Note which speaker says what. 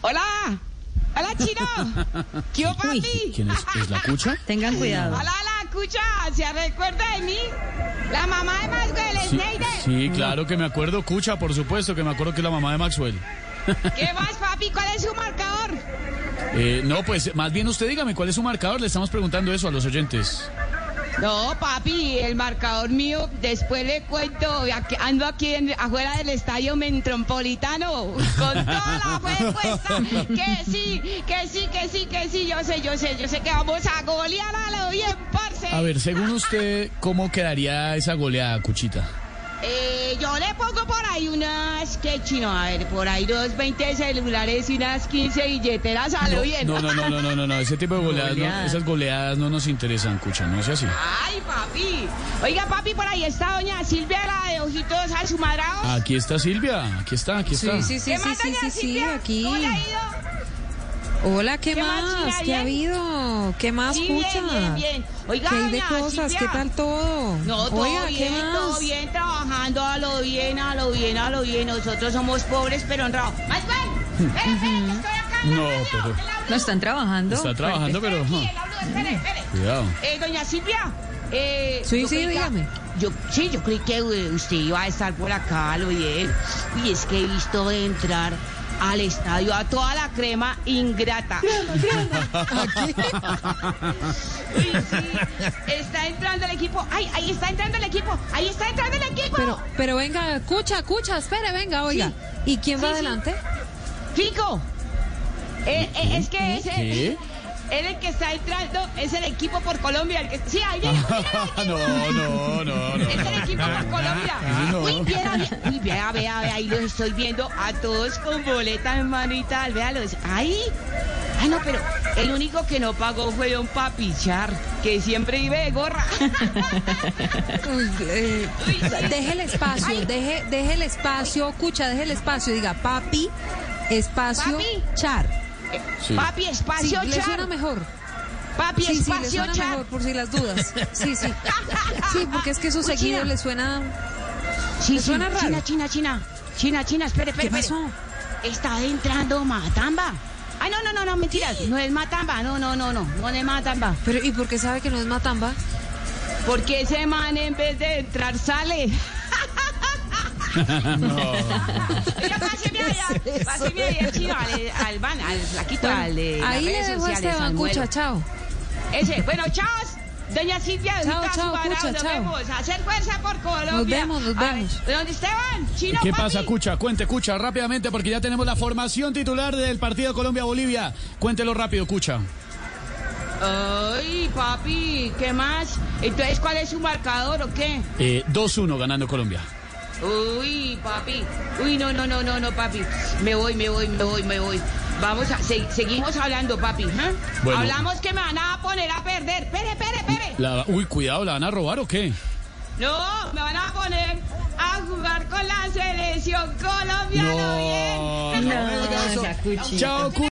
Speaker 1: ¡Hola! ¡Hola, chino! ¿Qué hubo, papi?
Speaker 2: ¿Quién es? ¿Es la cucha?
Speaker 3: Tengan cuidado.
Speaker 1: ¡Hola, la cucha! ¿Se recuerda de mí? La mamá de Maxwell,
Speaker 2: Sí,
Speaker 1: Snyder.
Speaker 2: sí, claro que me acuerdo, cucha, por supuesto que me acuerdo que es la mamá de Maxwell.
Speaker 1: ¿Qué más, papi? ¿Cuál es su marcador?
Speaker 2: Eh, no, pues más bien usted dígame cuál es su marcador, le estamos preguntando eso a los oyentes.
Speaker 1: No, papi, el marcador mío, después le cuento, aquí- ando aquí en- afuera del estadio metropolitano, con toda la fe puesta, que sí, que sí, que sí, que sí, yo sé, yo sé, yo sé que vamos a golear a lo bien, parce.
Speaker 2: A ver, según usted, ¿cómo quedaría esa goleada, cuchita?
Speaker 1: Eh, yo le pongo por ahí unas, que chino, a ver, por ahí dos 20 celulares y unas 15 billeteras a lo bien.
Speaker 2: No, no, no, no, no, no, no, ese tipo de goleadas, no,
Speaker 3: Goleadas.
Speaker 2: esas goleadas no nos interesan, cucha, no sea así.
Speaker 1: Ay, papi. Oiga, papi, por ahí está doña Silvia, la de ojitos asumadrados.
Speaker 2: Aquí está Silvia, aquí está, aquí está.
Speaker 3: Sí, sí, sí,
Speaker 1: ¿Qué
Speaker 3: sí,
Speaker 1: más,
Speaker 3: sí,
Speaker 1: doña
Speaker 3: sí, sí,
Speaker 1: Silvia?
Speaker 3: aquí.
Speaker 1: ¿Cómo le ha ido?
Speaker 3: Hola, ¿qué
Speaker 1: ¿Qué más, Silvia?
Speaker 3: más? ¿Qué ha
Speaker 1: ¿Bien?
Speaker 3: habido? ¿Qué más,
Speaker 1: Sí, bien,
Speaker 3: cucha?
Speaker 1: bien, bien. Oiga,
Speaker 3: Ah, ¿Qué hay de
Speaker 1: doña
Speaker 3: cosas? ¿Qué
Speaker 1: Silvia.
Speaker 3: tal todo?
Speaker 1: No, todo
Speaker 3: Oiga,
Speaker 1: bien,
Speaker 3: ¿qué más?
Speaker 1: todo bien, trabajando a lo bien, a lo bien, a lo bien. Nosotros somos pobres, pero honrados. ¡Más bien! ¡Espera, espera, que estoy acá! en la
Speaker 2: No,
Speaker 1: radio,
Speaker 2: pero-
Speaker 1: que la
Speaker 3: No, están trabajando.
Speaker 2: Está trabajando, pero...
Speaker 1: hablo-
Speaker 2: huh,
Speaker 1: que la hablo- espere, espere.
Speaker 2: Cuidado.
Speaker 1: Eh, doña Silvia. Eh,
Speaker 3: Sí,
Speaker 1: yo
Speaker 3: sí,
Speaker 1: creí que-
Speaker 3: dígame.
Speaker 1: Yo, sí, yo creí que eh, usted iba a estar por acá, lo bien. Y es que he visto de entrar al estadio a toda la crema ingrata. Uy, sí, está entrando el equipo. Ay, ahí está entrando el equipo. Ahí está entrando el equipo.
Speaker 3: Pero, pero venga, cucha, cucha, espere, venga, oiga. ¿Y quién
Speaker 1: Sí,
Speaker 3: va
Speaker 1: sí.
Speaker 3: adelante?
Speaker 1: Fico. Eh, eh, es que ese.
Speaker 2: ¿Qué?
Speaker 1: él el que está entrando es el equipo por Colombia. El que, sí, ahí viene.
Speaker 2: No, no, no, no.
Speaker 1: Es el equipo por Colombia.
Speaker 2: No.
Speaker 1: Uy, viera, vie- uy, vea, vea, vea, ahí los estoy viendo a todos con boletas en manita, véalos. Ahí. Ah, no, pero el único que no pagó fue don Papichar, que siempre vive de gorra.
Speaker 3: Uy, eh,
Speaker 1: Uy, sí.
Speaker 3: deje el espacio, deje, deje el espacio, cucha, deje el espacio. Diga, papi, espacio,
Speaker 1: Papi.
Speaker 3: char.
Speaker 2: Sí.
Speaker 1: Papi,
Speaker 3: Sí,
Speaker 1: espacio,
Speaker 3: le
Speaker 1: Char.
Speaker 3: suena mejor.
Speaker 1: Papi,
Speaker 3: Sí, sí, le
Speaker 1: espacio,
Speaker 3: suena
Speaker 1: Char.
Speaker 3: mejor, por si las dudas. Sí, sí. Sí, porque es que sus
Speaker 1: Cuchilla.
Speaker 3: seguidores le suena...
Speaker 1: Sí,
Speaker 3: ¿Le suena raro?
Speaker 1: China, China, China. China, China, espere, espere.
Speaker 3: ¿Qué
Speaker 1: espere.
Speaker 3: pasó?
Speaker 1: Está entrando Matamba. Ah, no, no, no, no, mentira. No es Matamba. No, no, no, no. No es Matamba.
Speaker 3: Pero, ¿y por qué sabe que no es Matamba?
Speaker 1: Porque ese man en vez de entrar sale. Oiga, páseme allá, páseme allá, chino, al, al van, al flaquito, al de las
Speaker 3: Ahí le
Speaker 1: redes
Speaker 3: dejo a
Speaker 1: sociales,
Speaker 3: Esteban,
Speaker 1: Manuel.
Speaker 3: cucha, chao.
Speaker 1: Ese, bueno, chao, doña Silvia,
Speaker 3: Chao,
Speaker 1: Vita
Speaker 3: chao,
Speaker 1: Subarao,
Speaker 3: cucha,
Speaker 1: nos
Speaker 3: chao.
Speaker 1: vemos. Hacer fuerza por Colombia.
Speaker 3: vemos, nos
Speaker 1: A ver,
Speaker 3: vemos.
Speaker 1: Don Esteban, chino,
Speaker 2: ¿Qué
Speaker 1: papi.
Speaker 2: pasa, Cucha? Cuente, Cucha, rápidamente, porque ya tenemos la formación titular del partido Colombia-Bolivia. Cuéntelo rápido, Cucha.
Speaker 1: Ay, papi, ¿qué más? Entonces, ¿cuál es su marcador o qué?
Speaker 2: Eh, 2-1 ganando Colombia.
Speaker 1: Uy, papi. Uy, no, no, no, no, no, papi. Me voy, me voy, me voy, me voy. Vamos a, se- seguimos hablando, papi. ¿eh?
Speaker 2: Bueno.
Speaker 1: Hablamos que me van a poner a perder. Espere, espere, espere.
Speaker 2: La- uy, cuidado, ¿la van a robar o qué?
Speaker 1: No, me van a poner a jugar con la selección colombiana. bien.
Speaker 2: No, no me diga eso. Chao, Cucha.